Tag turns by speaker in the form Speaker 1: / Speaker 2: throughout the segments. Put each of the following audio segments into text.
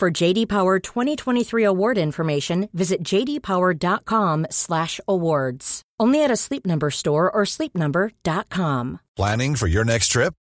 Speaker 1: For JD Power 2023 award information, visit jdpower.com/awards. Only at a Sleep Number store or sleepnumber.com.
Speaker 2: Planning for your next trip?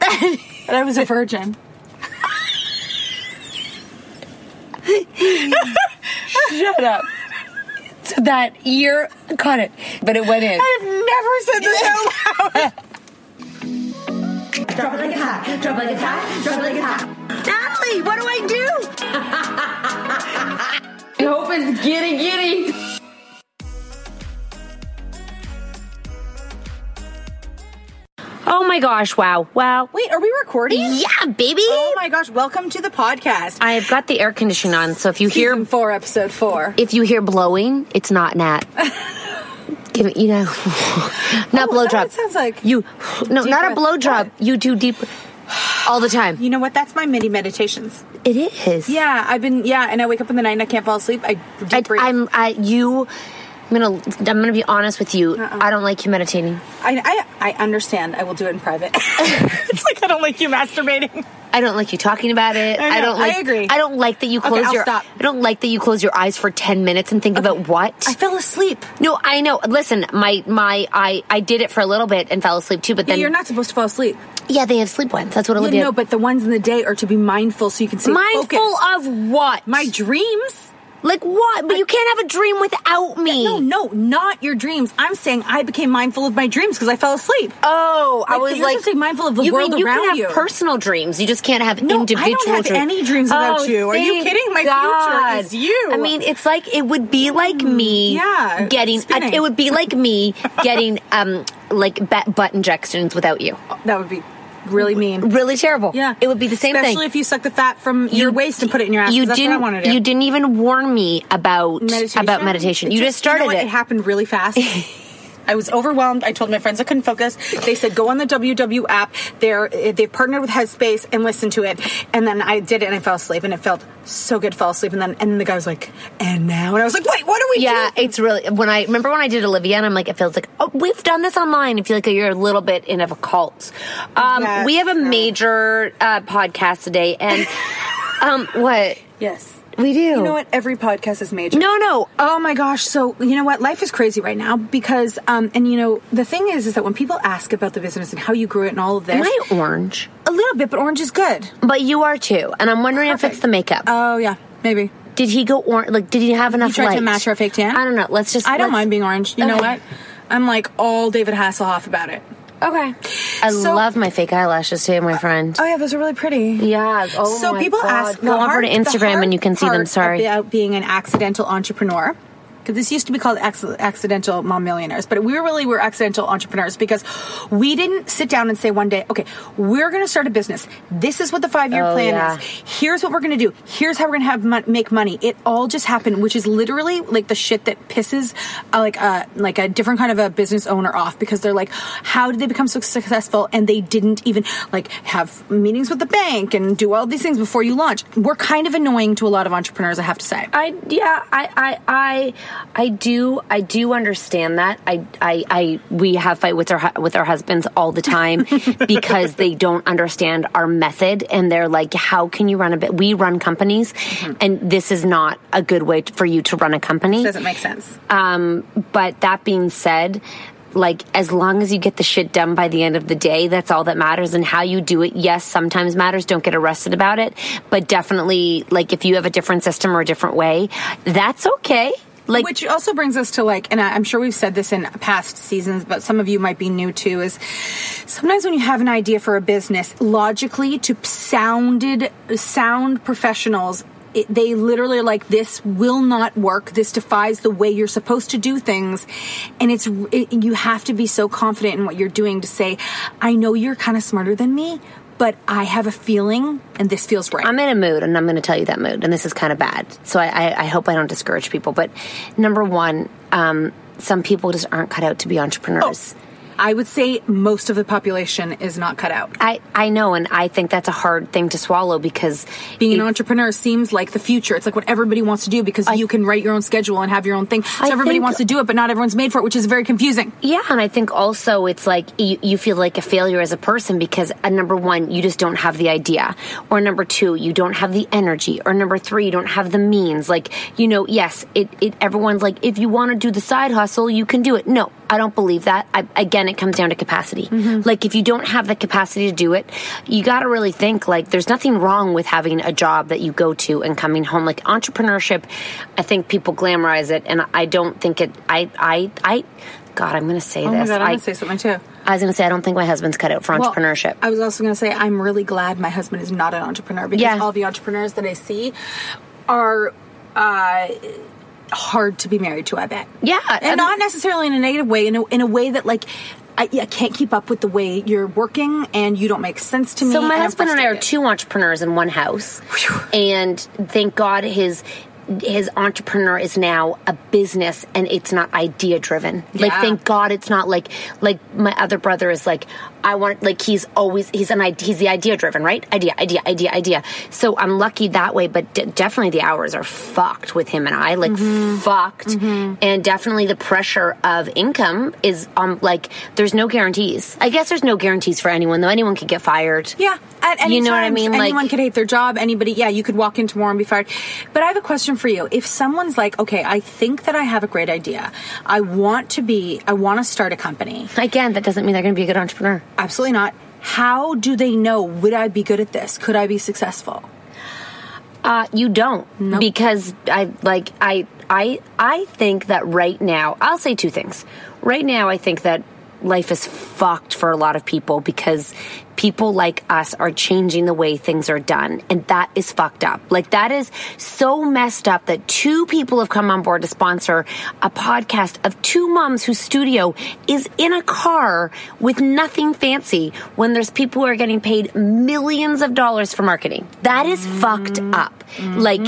Speaker 3: that I was a virgin.
Speaker 4: Shut up. So that ear caught it, but it went in.
Speaker 3: I've never said
Speaker 5: this out loud. Drop it like it's hot. Drop it like it's hot. Drop it like it's hot.
Speaker 4: Natalie, what do I do? I hope it's giddy giddy. Oh my gosh, wow, wow.
Speaker 3: Wait, are we recording?
Speaker 4: Yeah, baby.
Speaker 3: Oh my gosh, welcome to the podcast.
Speaker 4: I have got the air conditioning on, so if you
Speaker 3: Season
Speaker 4: hear
Speaker 3: four, episode four.
Speaker 4: If you hear blowing, it's not Nat. Give it, you know,
Speaker 3: Oh,
Speaker 4: not blow
Speaker 3: is that what
Speaker 4: job.
Speaker 3: it sounds like?
Speaker 4: you. No,
Speaker 3: Deep
Speaker 4: not
Speaker 3: breath.
Speaker 4: a blow job. You do deep all the time.
Speaker 3: You know what? That's my mini meditations.
Speaker 4: It is.
Speaker 3: Yeah, I've been. Yeah, and I wake up in the night and I can't fall asleep. I deep
Speaker 4: I,
Speaker 3: breathe.
Speaker 4: I'm. I you. I'm gonna. I'm gonna be honest with you. I don't like you meditating.
Speaker 3: I, I I understand. I will do it in private. it's like I don't like you masturbating.
Speaker 4: I don't like you talking about it.
Speaker 3: I
Speaker 4: I,
Speaker 3: know,
Speaker 4: don't
Speaker 3: I
Speaker 4: like.
Speaker 3: agree.
Speaker 4: I don't like that you
Speaker 3: Okay,
Speaker 4: close
Speaker 3: I'll
Speaker 4: your.
Speaker 3: stop.
Speaker 4: I don't like that you close your eyes for ten minutes and think about what.
Speaker 3: I fell asleep.
Speaker 4: No, I know. Listen, my my I I did it for a little bit and fell asleep too. But then
Speaker 3: You're not supposed to fall asleep.
Speaker 4: Yeah, they have sleep ones. That's what
Speaker 3: You
Speaker 4: Olivia.
Speaker 3: know, but the ones in the day are to be mindful so you can stay
Speaker 4: mindful
Speaker 3: focused.
Speaker 4: of what?
Speaker 3: my dreams.
Speaker 4: like what? But you can't have a dream without me.
Speaker 3: No, no, not your dreams. I'm saying I became mindful of my dreams because I fell asleep.
Speaker 4: Oh, I
Speaker 3: Like,
Speaker 4: was
Speaker 3: you're
Speaker 4: like
Speaker 3: supposed to be mindful of the
Speaker 4: you
Speaker 3: world
Speaker 4: mean you
Speaker 3: around
Speaker 4: can have
Speaker 3: you.
Speaker 4: Personal dreams. You just can't have
Speaker 3: No, I don't
Speaker 4: individual.
Speaker 3: have
Speaker 4: dreams.
Speaker 3: any dreams without
Speaker 4: Oh,
Speaker 3: you. Are you
Speaker 4: thank
Speaker 3: kidding? My future
Speaker 4: God.
Speaker 3: is you. Mm,
Speaker 4: I mean, it's like it would be like me.
Speaker 3: yeah,
Speaker 4: getting
Speaker 3: spinning.
Speaker 4: it would be like me getting um like ba- butt injections without you.
Speaker 3: That would be really mean.
Speaker 4: Really terrible.
Speaker 3: Yeah,
Speaker 4: it would be the same
Speaker 3: Especially
Speaker 4: thing.
Speaker 3: Especially if you suck the fat from your waist and put it in your ass.
Speaker 4: You
Speaker 3: 'cause that's
Speaker 4: didn't.
Speaker 3: What I wanted to do.
Speaker 4: You didn't even warn me about about meditation.
Speaker 3: It
Speaker 4: You just started
Speaker 3: you know what?
Speaker 4: it.
Speaker 3: It happened really fast.
Speaker 6: I was overwhelmed. I told my friends I couldn't focus. They said go on the WW app. They're they've partnered with Headspace and listen to it. And then I did it and I fell asleep and it felt so good. Fell asleep and then and the guy was like, and now and I was like, wait, what are we?
Speaker 4: Yeah,
Speaker 6: doing?
Speaker 4: it's really when I remember when I did Olivia, and I'm like, it feels like oh, we've done this online. I feel like you're a little bit in of a cult. Um,
Speaker 6: Yes.
Speaker 4: we have a major uh, podcast today, and um, what
Speaker 3: Yes.
Speaker 4: we do?
Speaker 3: You know what? Every podcast is major.
Speaker 4: No, no.
Speaker 6: Oh my gosh! So you know what? Life is crazy right now because, um, and you know the thing is, is that when people ask about the business and how you grew it and all of this,
Speaker 4: Am I orange?
Speaker 6: a little bit, but orange is good.
Speaker 4: But you are too, and I'm wondering if it's the makeup.
Speaker 6: Oh yeah, maybe.
Speaker 4: did he go orange? Like, did he have enough
Speaker 6: You tried
Speaker 4: light?
Speaker 6: to match her fake tan.
Speaker 4: I don't know. Let's just.
Speaker 6: I don't
Speaker 4: let's-
Speaker 6: mind being orange. You know
Speaker 4: Okay.
Speaker 6: what? I'm like all David Hasselhoff about it.
Speaker 4: Okay. I
Speaker 6: So-
Speaker 4: love my fake eyelashes too, my friend.
Speaker 6: Oh yeah, those are really pretty.
Speaker 4: yeah. Oh
Speaker 6: so
Speaker 4: my
Speaker 6: people
Speaker 4: God.
Speaker 6: ask the
Speaker 4: Go over
Speaker 6: hard-
Speaker 4: to
Speaker 6: the
Speaker 4: Instagram
Speaker 6: hard
Speaker 4: and you can see them.
Speaker 6: part
Speaker 4: Sorry.
Speaker 6: about being an accidental entrepreneur because this used to be called acc- accidental mom millionaires but we really were accidental entrepreneurs because we didn't sit down and say one day okay we're going to start a business this is what the five year
Speaker 4: Oh,
Speaker 6: plan
Speaker 4: yeah.
Speaker 6: is here's what we're going to do here's how we're going to have mon- make money it all just happened which is literally like the shit that pisses uh, like a like a different kind of a business owner off because they're like how did they become so successful and they didn't even like have meetings with the bank and do all these things before you launch we're kind of annoying to a lot of entrepreneurs i have to say
Speaker 4: I yeah I I I I do I do understand that I I, I we have fight with our hu- with our husbands all the time because they don't understand our method and they're like how can you run a bit we run companies and this is not a good way t- for you to run a company
Speaker 6: doesn't make sense
Speaker 4: um, but that being said, like as long as you get the shit done by the end of the day, that's all that matters. And how you do it, yes, sometimes matters. Don't get arrested about it, but definitely, like if you have a different system or a different way, that's okay. Like
Speaker 6: which also brings us to like and I, i'm sure we've said this in past seasons but some of you might be new too is sometimes when you have an idea for a business logically to sounded sound professionals it, they literally are like this will not work this defies the way you're supposed to do things and it's it, you have to be so confident in what you're doing to say i know you're kind of smarter than me but i have a feeling and this feels right
Speaker 4: I'm in a mood, and I'm going to tell you that mood, and this is kind of bad. So I, I, I hope I don't discourage people. But number one, um, some people just aren't cut out to be entrepreneurs.
Speaker 6: i would say most of the population is not cut out
Speaker 4: I, I know, and I think that's a hard thing to swallow because
Speaker 6: being an entrepreneur seems like the future. It's like what everybody wants to do because you can write your own schedule and have your own thing. So
Speaker 4: I
Speaker 6: everybody
Speaker 4: think-
Speaker 6: wants to do it, but not everyone's made for it, which is very confusing.
Speaker 4: Yeah, and I think also it's like you, you feel like a failure as a person because uh, number one, you just don't have the idea, or number two, you don't have the energy, or number three, you don't have the means. Like you know, yes, it, it everyone's like, if you want to do the side hustle, you can do it. No, I don't believe that. I, again, it comes down to capacity. Like if you don't have the capacity to do it, you got to really think. Like there's nothing wrong with having a job that you go to and coming home. Like entrepreneurship, I think people glamorize it, and I don't think it. I I I. God, I'm going to say
Speaker 6: Oh my
Speaker 4: this.
Speaker 6: god, I'm
Speaker 4: I,
Speaker 6: gonna say something too.
Speaker 4: I was going to say I don't think my husband's cut out for
Speaker 6: Well,
Speaker 4: entrepreneurship.
Speaker 6: I was also gonna say I'm really glad my husband is not an entrepreneur because
Speaker 4: Yeah.
Speaker 6: all the entrepreneurs that I see are uh, hard to be married to. I bet.
Speaker 4: Yeah,
Speaker 6: and
Speaker 4: and-
Speaker 6: not necessarily in a negative way. In a in a way that like. I, I can't keep up with the way you're working, and you don't make sense to me.
Speaker 4: so my
Speaker 6: I'm
Speaker 4: husband and I are
Speaker 6: frustrated.
Speaker 4: two entrepreneurs in one house, and thank God his his entrepreneur is now a business and it's not idea driven. Like
Speaker 6: Yeah.
Speaker 4: thank God it's not like like my other brother is like I want like he's always he's an ide- he's the idea driven right idea idea idea idea. So I'm lucky that way, but d- definitely the hours are fucked with him and I like
Speaker 6: Mm-hmm.
Speaker 4: fucked, and definitely the pressure of income is um like there's no guarantees. I guess there's no guarantees for anyone though. Anyone could get fired.
Speaker 6: Yeah, at any
Speaker 4: You know what I
Speaker 6: time,
Speaker 4: mean?
Speaker 6: Anyone
Speaker 4: Like-
Speaker 6: could hate their job. Anybody, yeah, you could walk in tomorrow and be fired. But I have a question for you. If someone's like, okay, I think that I have a great idea. I want to be. I want to start a company.
Speaker 4: Again, that doesn't mean they're going to be a good entrepreneur.
Speaker 6: Absolutely not. How do they know? Would I be good at this? Could I be successful?
Speaker 4: Uh, you don't because I like I I I think that right now I'll say two things. Right now, I think that life is fucked for a lot of people because people like us are changing the way things are done. And that is fucked up. Like, that is so messed up that two people have come on board to sponsor a podcast of two moms whose studio is in a car with nothing fancy when there's people who are getting paid millions of dollars for marketing. That is fucked up. Like,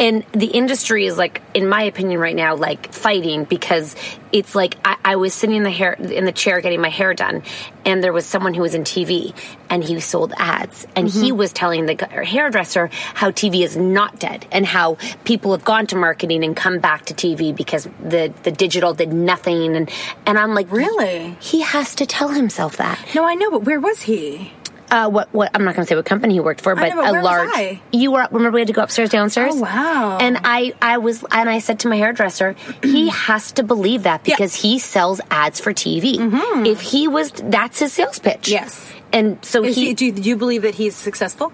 Speaker 4: and the industry is like, in my opinion, right now, like fighting because it's like I, I was sitting in the hair in the chair getting my hair done, and there was someone who was in TV and he sold ads, and he was telling the gu- hairdresser how TV is not dead and how people have gone to marketing and come back to TV because the the digital did nothing, and and I'm like,
Speaker 3: Really?
Speaker 4: He has to tell himself that.
Speaker 6: No, I know, but where was he?
Speaker 4: Uh, what what I'm not going to say what company he worked for, but
Speaker 3: know, but
Speaker 4: a
Speaker 3: where was
Speaker 4: large.
Speaker 3: I?
Speaker 4: You were remember we had to go upstairs downstairs.
Speaker 6: Oh, wow.
Speaker 4: And I I was and I said to my hairdresser, he has to believe that because he sells ads for TV. If he was, that's his sales pitch.
Speaker 6: Yes.
Speaker 4: And so
Speaker 6: Is
Speaker 4: he,
Speaker 6: he, do, you, do you believe that he's successful?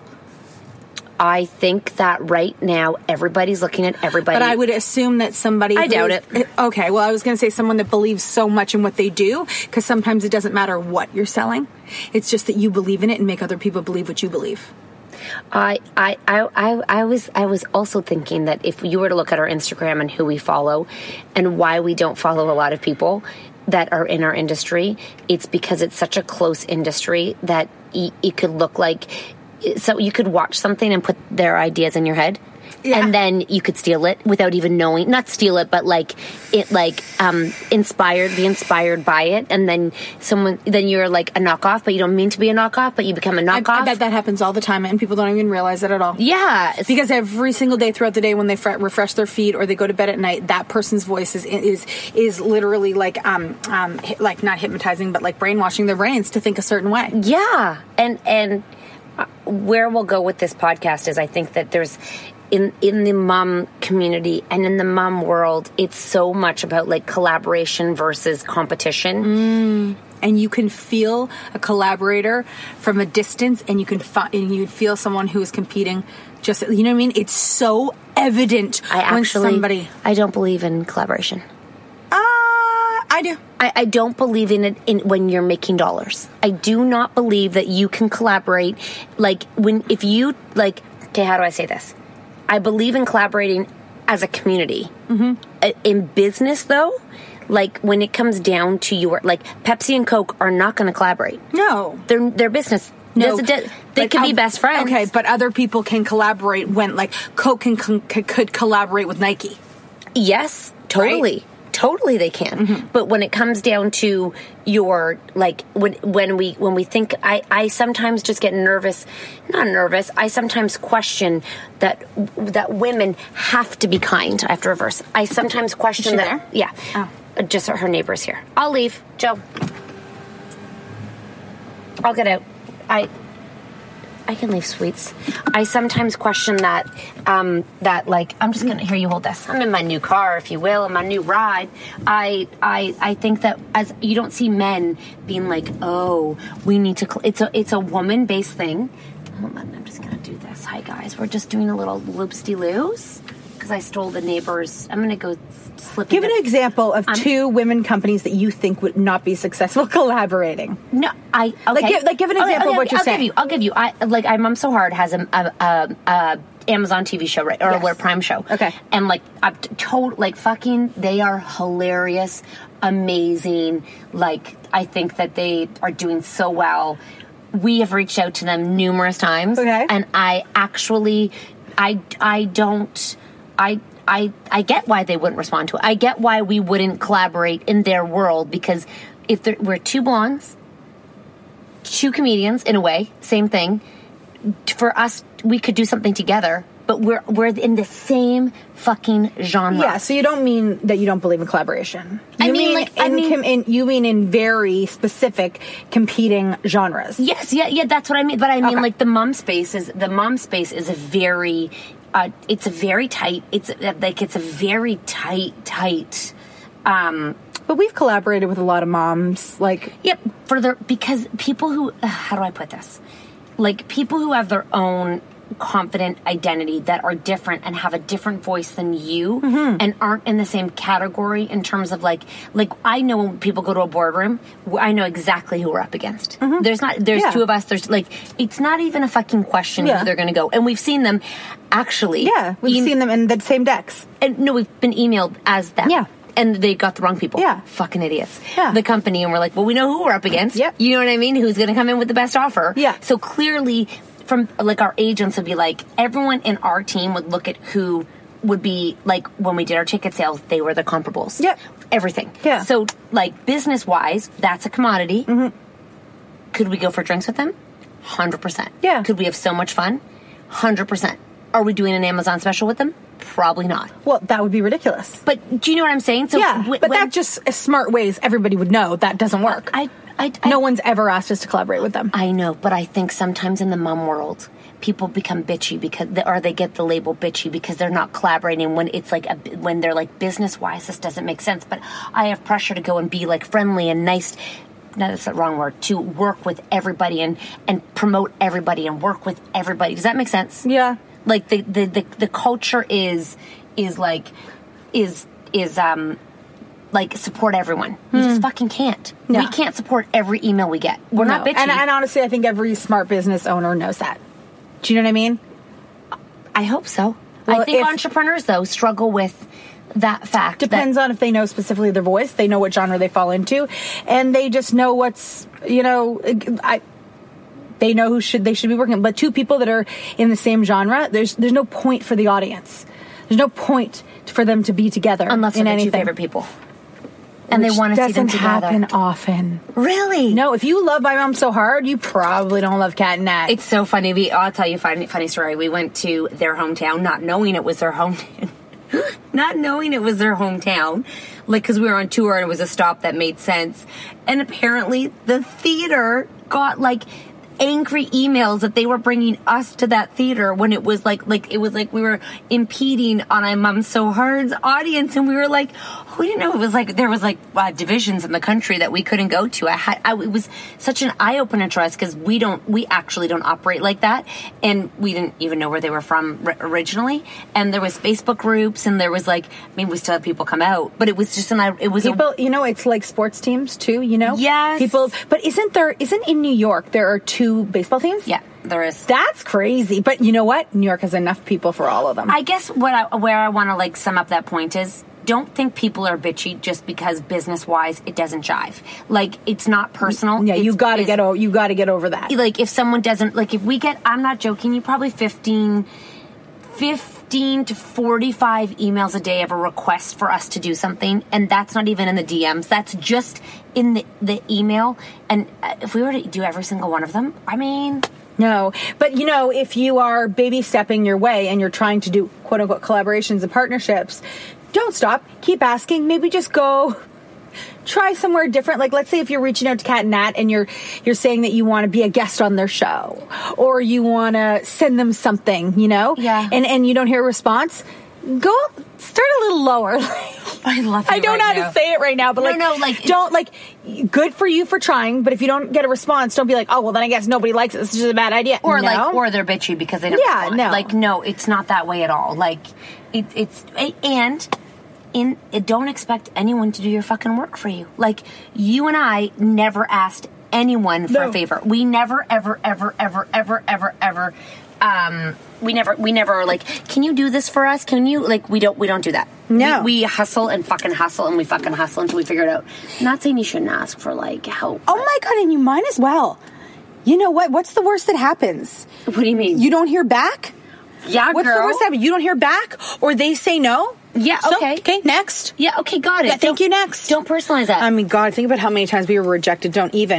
Speaker 4: I think that right now everybody's looking at everybody.
Speaker 6: But I would assume that somebody.
Speaker 4: I
Speaker 6: who
Speaker 4: doubt
Speaker 6: is-
Speaker 4: it.
Speaker 6: Okay, well, I was going to say someone that believes so much in what they do, because sometimes it doesn't matter what you're selling. It's just that you believe in it and make other people believe what you believe.
Speaker 4: I, I, I, I, I was I was also thinking that if you were to look at our Instagram and who we follow and why we don't follow a lot of people that are in our industry, it's because it's such a close industry that y- it could look like so you could watch something and put their ideas in your head. And then you could steal it without even knowing, not steal it, but like it, like, um, inspired, be inspired by it. And then someone, then you're like a knockoff, but you don't mean to be a knockoff, but you become a
Speaker 6: I,
Speaker 4: knockoff.
Speaker 6: I bet that happens all the time, and people don't even realize it at all.
Speaker 4: Yeah. it's-
Speaker 6: Because every single day throughout the day, when they fre- refresh their feed or they go to bed at night, that person's voice is is is literally like um um hy- like not hypnotizing, but like brainwashing their brains to think a certain way.
Speaker 4: Yeah, and and uh, where we'll go with this podcast is I think that there's in in the mom community and in the mom world, it's so much about like collaboration versus competition.
Speaker 6: Mm, and you can feel a collaborator from a distance and you can fi- and you feel someone who is competing just you know what I mean it's so evident
Speaker 4: I
Speaker 6: when
Speaker 4: actually,
Speaker 6: somebody
Speaker 4: I don't believe in collaboration.
Speaker 6: uh, I do
Speaker 4: I, I don't believe in it in, when you're making dollars. I do not believe that you can collaborate. Like when if you like, okay, how do I say this? I believe in collaborating as a community.
Speaker 6: Mm-hmm.
Speaker 4: I- In business, though, like when it comes down to your like Pepsi and Coke are not going to collaborate.
Speaker 6: no
Speaker 4: They're their business.
Speaker 6: no
Speaker 4: Doesn't- they
Speaker 6: Like,
Speaker 4: could be
Speaker 6: um,
Speaker 4: best friends.
Speaker 6: okay but other people can collaborate when like Coke can, con- c- could collaborate with Nike
Speaker 4: Yes, totally. Totally they can.
Speaker 6: Mm-hmm.
Speaker 4: But when it comes down to your like when when we when we think I I sometimes just get nervous, not nervous. I sometimes question that that women have to be kind. I have to reverse. I sometimes question
Speaker 6: she
Speaker 4: that
Speaker 6: there?
Speaker 4: yeah.
Speaker 6: Oh.
Speaker 4: Uh, Just her neighbors here. I'll leave. Joe. I'll get out. I I can leave sweets. I sometimes question that, um, that like I'm just gonna here you hold this. I'm in my new car, if you will, in my new ride. I I I think that as you don't see men being like, oh, we need to. Cl-. It's a it's a woman based thing. Hold on, I'm just gonna do this. Hi guys, we're just doing a little loops de loos because I stole the neighbor's. I'm gonna go s- slip.
Speaker 6: give an
Speaker 4: into-
Speaker 6: example of two women companies that you think would not be successful collaborating
Speaker 4: No, I okay.
Speaker 6: give- like, give an example of what you're
Speaker 4: I'll
Speaker 6: saying.
Speaker 4: Give you, I'll give you. I like I Mom So Hard has a, a, a, a Amazon TV show right or
Speaker 6: Yes.
Speaker 4: a Prime show.
Speaker 6: Okay.
Speaker 4: and like I'm t- told like fucking they are hilarious, amazing. Like I think that they are doing so well. We have reached out to them numerous times.
Speaker 6: Okay.
Speaker 4: and I actually, I I don't I. I, I get why they wouldn't respond to it. I get why we wouldn't collaborate in their world because if there, we're two blondes, two comedians in a way, same thing. For us, we could do something together, but we're we're in the same fucking genre.
Speaker 6: Yeah, so you don't mean that you don't believe in collaboration.
Speaker 4: I
Speaker 6: You
Speaker 4: mean, like,
Speaker 6: in,
Speaker 4: I mean-
Speaker 6: com- in you mean in very specific competing genres.
Speaker 4: Yes, yeah, yeah, that's what I mean. But I mean,
Speaker 6: Okay.
Speaker 4: like the mom space is the mom space is a very, uh, it's a very tight. It's uh, like it's a very tight, tight. Um,
Speaker 6: But we've collaborated with a lot of moms. Like
Speaker 4: Yep. uh, Further, because people who, ugh, how do I put this? Like people who have their own confident identity that are different and have a different voice than you
Speaker 6: Mm-hmm.
Speaker 4: and aren't in the same category in terms of like like I know when people go to a boardroom w- I know exactly who we're up against
Speaker 6: Mm-hmm.
Speaker 4: there's not there's
Speaker 7: Yeah.
Speaker 4: two of us there's like it's not even a fucking question
Speaker 7: Yeah.
Speaker 4: who they're gonna go and we've seen them actually
Speaker 6: Yeah, we've
Speaker 4: em-
Speaker 6: seen them in the same decks.
Speaker 4: and no, we've been emailed as that.
Speaker 6: Yeah.
Speaker 4: And they got the wrong people.
Speaker 6: Yeah.
Speaker 4: Fucking idiots.
Speaker 6: Yeah.
Speaker 4: The company, and we're like, well, we know who we're up against.
Speaker 6: Yep.
Speaker 4: You know what I mean? Who's going to come in with the best offer.
Speaker 6: Yeah.
Speaker 4: So clearly, from like our agents would be like, everyone in our team would look at who would be like when we did our ticket sales, they were the comparables.
Speaker 6: Yep.
Speaker 4: Everything.
Speaker 6: Yeah. Mm-hmm.
Speaker 4: So, like, business wise, that's a commodity. Could we go for drinks with them? 100%.
Speaker 6: Yeah.
Speaker 4: Could we have so much fun? 100%. Are we doing an Amazon special with them? Probably not.
Speaker 6: Well, that would be ridiculous.
Speaker 4: But do you know what I'm saying? So
Speaker 6: yeah,
Speaker 4: wh-
Speaker 6: but
Speaker 4: when-
Speaker 6: that just uh, smart ways everybody would know that doesn't work.
Speaker 4: I, I, I
Speaker 6: no one's ever asked us to collaborate with them.
Speaker 4: I know, but I think sometimes in the mom world, people become bitchy because, they, or they get the label bitchy because they're not collaborating when it's like a, when they're like business wise, this doesn't make sense. But I have pressure to go and be like friendly and nice. No, that's the wrong word. To work with everybody and and promote everybody and work with everybody. Does that make sense?
Speaker 6: Yeah.
Speaker 4: Like the the the, the culture is is like is is um like support everyone. You just fucking can't. We
Speaker 6: Hmm. Yeah.
Speaker 4: can't support every email we get. We're not
Speaker 6: No.
Speaker 4: bitchy.
Speaker 6: And, and honestly, I think every smart business owner knows that. Do you know what I mean?
Speaker 4: I hope so. I
Speaker 6: Well,
Speaker 4: think
Speaker 6: if-
Speaker 4: entrepreneurs though struggle with that fact. that-
Speaker 6: Depends on if they know specifically their voice, they know what genre they fall into, and they just know what's you know, I. They know who should they should be working. But two people that are in the same genre, there's there's no point for the audience. There's no point for them to be together
Speaker 4: unless they're
Speaker 6: in
Speaker 4: their
Speaker 6: anything.
Speaker 4: two favorite people, and they
Speaker 6: Which
Speaker 4: want to see them
Speaker 6: doesn't
Speaker 4: together.
Speaker 6: happen often.
Speaker 4: Really?
Speaker 6: No, if you love My Mom So Hard, you probably don't love Cat and Nat.
Speaker 4: It's so funny. We, I'll tell you a funny, funny story. We went to their hometown, not knowing it was their hometown. not knowing it was their hometown. Like, because we were on tour and it was a stop that made sense. And apparently, the theater got like angry emails that they were bringing us to that theater when it was like like it was like we were impeding on I Mom So Hard's audience and we were like we didn't know it was like there was like uh, divisions in the country that we couldn't go to I had I, it was such an eye opener to us because we don't we actually don't operate like that and we didn't even know where they were from r- originally and there was Facebook groups and there was like I mean we still had people come out but it was just an I- it was a,
Speaker 6: People, you know, it's like sports teams too. You know,
Speaker 4: Yes.
Speaker 6: People, but isn't there? Isn't in New York there are two baseball teams?
Speaker 4: yeah there is
Speaker 6: that's crazy. But you know what? New York has enough people for all of them.
Speaker 4: I guess what I, where I want to like sum up that point is don't think people are bitchy just because business wise it doesn't jive. Like it's not personal.
Speaker 6: yeah, you
Speaker 4: It's-
Speaker 6: got to
Speaker 4: it's-
Speaker 6: get over. You got to get over that.
Speaker 4: like if someone doesn't like if we get I'm not joking, you probably 15 15 to 45 emails a day of a request for us to do something and that's not even in the DMs. That's just in the the email and uh, if we were to do every single one of them, I mean
Speaker 6: No, but you know, if you are baby stepping your way and you're trying to do quote unquote collaborations and partnerships, don't stop. Keep asking. Maybe just go try somewhere different. Like let's say if you're reaching out to Cat and Nat and you're you're saying that you want to be a guest on their show or you want to send them something, you know,
Speaker 4: Yeah.
Speaker 6: and and you don't hear a response, go start a little lower.
Speaker 4: I love
Speaker 6: I
Speaker 4: you
Speaker 6: don't
Speaker 4: right
Speaker 6: know how
Speaker 4: now.
Speaker 6: to say it right now, but
Speaker 4: No,
Speaker 6: like,
Speaker 4: no, like, it's-
Speaker 6: don't like. Good for you for trying, but if you don't get a response, don't be like, oh well, then I guess nobody likes it. This is just a bad idea.
Speaker 4: or
Speaker 6: No.
Speaker 4: like or they're bitchy because they don't
Speaker 6: Yeah,
Speaker 4: respond.
Speaker 6: no.
Speaker 4: like no it's not that way at all like it, it's a- and in it- don't expect anyone to do your fucking work for you like you and i never asked anyone for a
Speaker 6: No.
Speaker 4: favor we never ever ever ever ever ever ever um we never we never are like can you do this for us can you like we don't we don't do that
Speaker 6: No.
Speaker 4: we, we hustle and fucking hustle and we fucking hustle until we figure it out not saying you shouldn't ask for like help
Speaker 6: oh my god, and you might as well. You know what? What's the worst that happens?
Speaker 4: what do you mean
Speaker 6: You don't hear back.
Speaker 4: yeah
Speaker 6: What's
Speaker 4: girl
Speaker 6: the worst that happens? You don't hear back, or they say no.
Speaker 4: Yeah,
Speaker 6: So,
Speaker 4: okay.
Speaker 6: Okay. Next.
Speaker 4: Yeah, okay, got it.
Speaker 6: Yeah, thank
Speaker 4: Don't-
Speaker 6: you, next.
Speaker 4: Don't personalize that.
Speaker 6: I mean, God, think about how many times we were rejected. Don't even.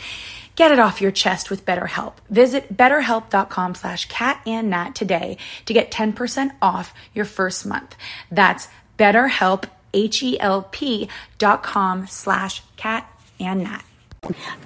Speaker 8: Get it off your chest with BetterHelp. Visit betterhelp.com slash catandnat today to get 10% off your first month. That's betterhelp, H-E-L-P dot com slash catandnat.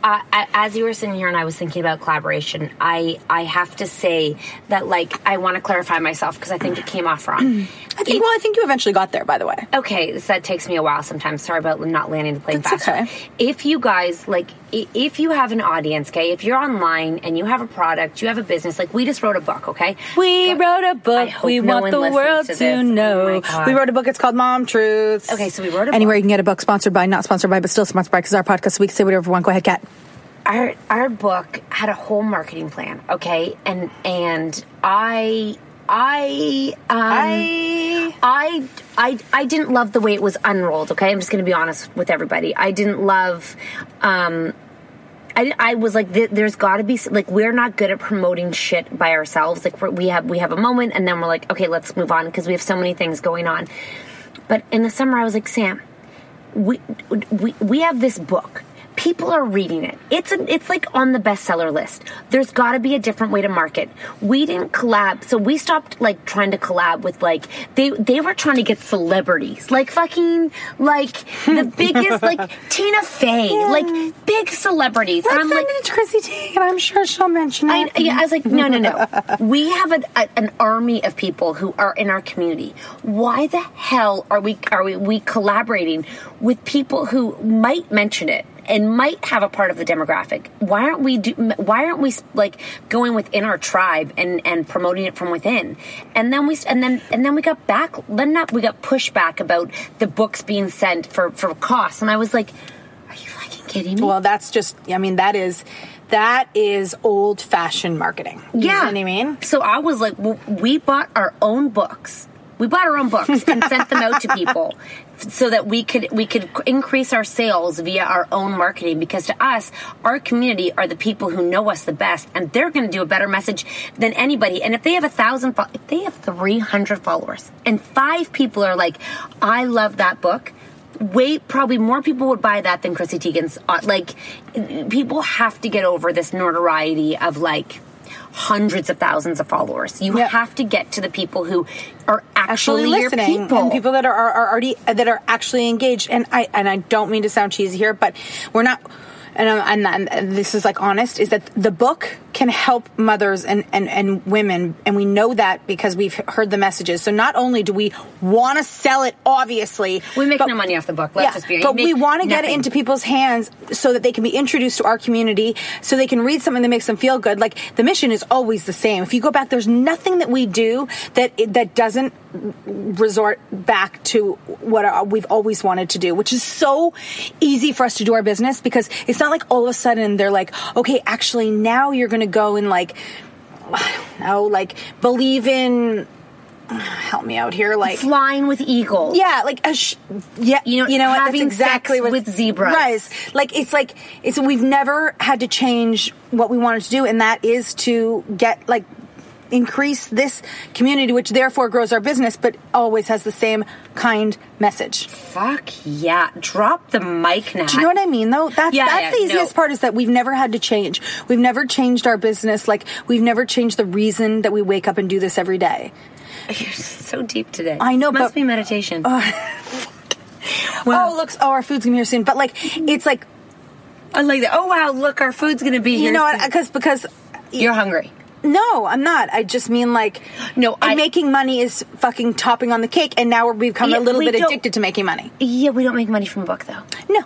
Speaker 4: Uh, a- as you were sitting here and I was thinking about collaboration, I, I have to say that like I want to clarify myself because I think it came off wrong.
Speaker 6: I think well, I think you eventually got there. By the way,
Speaker 4: okay, this, that takes me a while sometimes. Sorry about not landing the plane faster. If you guys like, i- if you have an audience, okay, if you're online and you have a product, you have a business, like we just wrote a book, okay?
Speaker 6: We wrote a book. We
Speaker 4: no
Speaker 6: want
Speaker 4: one
Speaker 6: the
Speaker 4: listens
Speaker 6: world
Speaker 4: to
Speaker 6: to,
Speaker 4: this. Oh
Speaker 6: know. we wrote a book. It's called Mom Truths.
Speaker 4: Okay, so we wrote a
Speaker 6: Anywhere you can get a book sponsored by, not sponsored by, but still sponsored by, because our podcast, we can say whatever we want. Go ahead, Kat.
Speaker 4: our our book had a whole marketing plan okay and and i I, um, I I I didn't love the way it was unrolled. Okay, I'm just going to be honest with everybody. I didn't love. Um, I, I was like, th- there's got to be s- like we're not good at promoting shit by ourselves. Like we're, we have we have a moment and then we're like, okay, let's move on because we have so many things going on. But in the summer, I was like, Sam, we we, we have this book. People are reading it. It's a, it's like on the bestseller list. There's got to be a different way to market. We didn't collab, so we stopped like trying to collab with like they they were trying to get celebrities, like fucking like the biggest like Tina Fey, like big celebrities. And I'm like,
Speaker 6: Chrissy Teigen. I'm sure she'll mention
Speaker 4: I, yeah, I was like, no, no, no. we have an, a, an army of people who are in our community. Why the hell are we are we, we collaborating with people who might mention it and might have a part of the demographic? Why aren't we do, Why aren't we like going within our tribe and and promoting it from within? And then we s- and then and then we got back. Then not we got pushback about the books being sent for for costs. And I was like. kidding me?
Speaker 6: Well, that's just. I mean, that is that is old fashioned marketing.
Speaker 4: Yeah. You know what I mean? So I was like, well, we bought our own books. We bought our own books and sent them out to people so that we could we could increase our sales via our own marketing because to us our community are the people who know us the best and they're going to do a better message than anybody and if they have a thousand fol- if they have 300 followers and five people are like i love that book way probably more people would buy that than chrissy teigen's uh, like people have to get over this notoriety of like hundreds of thousands of followers. You have to get to the people who are actually, your people.
Speaker 6: and people that are, are, are already that are actually engaged and i and i don't mean to sound cheesy here but we're not and, I'm, and, and this is like honest is that the book can help mothers and, and, and women and we know that because we've heard the messages so not only do we want to sell it obviously
Speaker 4: we make no money off the book let's
Speaker 6: yeah,
Speaker 4: just be
Speaker 6: but
Speaker 4: you
Speaker 6: we
Speaker 4: make
Speaker 6: want to get it
Speaker 4: nothing.
Speaker 6: into people's hands so that they can be introduced to our community so they can read something that makes them feel good like the mission is always the same if you go back there's nothing that we do that that doesn't resort back to what our, we've always wanted to do which is so easy for us to do our business because it's not like all of a sudden they're like okay actually now you're going to go and like I don't know, like believe in help me out here like
Speaker 4: flying with eagles
Speaker 6: yeah like a sh- yeah you know, you know what, that's
Speaker 4: having
Speaker 6: exactly
Speaker 4: sex
Speaker 6: what,
Speaker 4: with zebras.
Speaker 6: right like it's like it's we've never had to change what we wanted to do and that is to get like increase this community which therefore grows our business but always has the same kind message
Speaker 4: fuck yeah drop the mic now
Speaker 6: do you know what I mean though? That's
Speaker 4: Yeah,
Speaker 6: that's
Speaker 4: yeah,
Speaker 6: the easiest
Speaker 4: no.
Speaker 6: part is that we've never had to change. We've never changed our business. Like we've never changed the reason that we wake up and do this every day.
Speaker 4: You're so deep today.
Speaker 6: I know, but
Speaker 4: Must be meditation.
Speaker 6: oh, looks. Oh, our food's gonna be here soon. But like, it's like
Speaker 4: I like that. Oh wow, look, our food's gonna be
Speaker 6: You
Speaker 4: here
Speaker 6: know what?
Speaker 4: soon.
Speaker 6: Because because
Speaker 4: You're hungry.
Speaker 6: No, I'm not. I just mean like no. making money is fucking topping on the cake, and now we're becoming
Speaker 4: Yeah,
Speaker 6: a little
Speaker 4: we
Speaker 6: bit
Speaker 4: don't-
Speaker 6: addicted to making money.
Speaker 4: Yeah, we don't make money from a book though.
Speaker 6: No.